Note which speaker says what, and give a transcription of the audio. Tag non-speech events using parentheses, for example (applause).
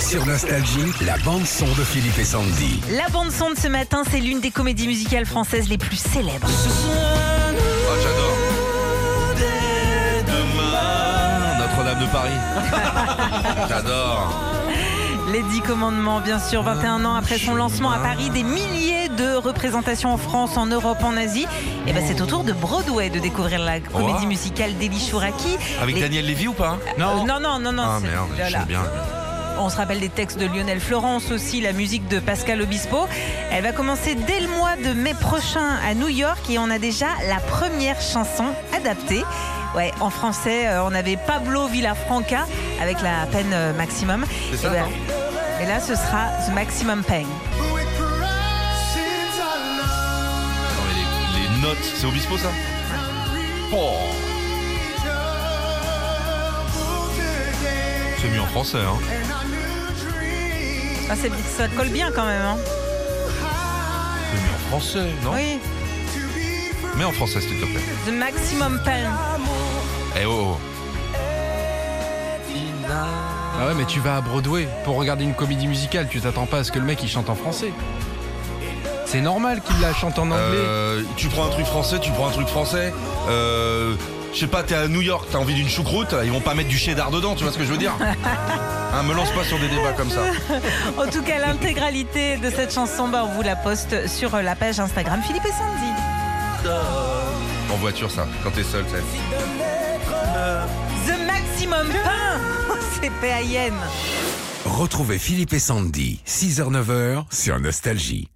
Speaker 1: Sur Nostalgie, la bande-son de Philippe et Sandy.
Speaker 2: La bande son de ce matin, c'est l'une des comédies musicales françaises les plus célèbres.
Speaker 3: Oh, Ah, j'adore. Demain, Notre-Dame de
Speaker 2: (laughs)
Speaker 3: Paris. j'adore.
Speaker 2: Les Dix Commandements, bien sûr, 21 ans après son lancement à Paris, des milliers de représentations en France, en Europe, en Asie. Et ben c'est au tour de Broadway de découvrir la comédie
Speaker 3: Wow.
Speaker 2: musicale d'Eli Chouraki.
Speaker 3: Avec
Speaker 2: Les-
Speaker 3: Daniel Lévy ou pas hein
Speaker 2: Euh, non, non, non, non.
Speaker 3: Ah
Speaker 2: c'est-
Speaker 3: merde,
Speaker 2: voilà.
Speaker 3: j'aime bien.
Speaker 2: On se rappelle des textes de Lionel Florence aussi, la musique de Pascal Obispo. Elle va commencer dès le mois de mai prochain à New York et on a déjà la première chanson adaptée. Ouais, en français, euh, on avait Pablo Villafranca avec la peine euh, maximum.
Speaker 3: C'est
Speaker 2: et,
Speaker 3: ça,
Speaker 2: voilà.
Speaker 3: non
Speaker 2: Et là, ce sera The Maximum Pain.
Speaker 3: Attends, mais les, les notes, c'est Obispo ça Oh. C'est mieux en français, hein.
Speaker 2: Ah, c'est- ça colle bien quand même. hein.
Speaker 3: C'est mieux en français, non
Speaker 2: Oui,
Speaker 3: Mais en français, s'il te plaît.
Speaker 2: The Maximum Pain.
Speaker 3: Eh oh,
Speaker 4: Ah ouais, mais tu vas à Broadway pour regarder une comédie musicale, tu t'attends pas à ce que le mec il chante en français. C'est normal qu'il la chante en anglais.
Speaker 3: Euh, tu prends un truc français, tu prends un truc français. Euh, je sais pas, t'es à New York, t'as envie d'une choucroute, ils vont pas mettre du cheddar dedans, tu vois ce que je veux dire Hein, Me lance pas sur des débats comme ça.
Speaker 2: En tout cas, l'intégralité de cette chanson, bah, on vous la poste sur euh, la page Instagram Philippe et Sandy.
Speaker 3: En voiture, ça, quand t'es seul, ça.
Speaker 2: The Maximum Pain (laughs) C'est PAIN
Speaker 1: Retrouvez Philippe et Sandy, 6h-9h, sur Nostalgie.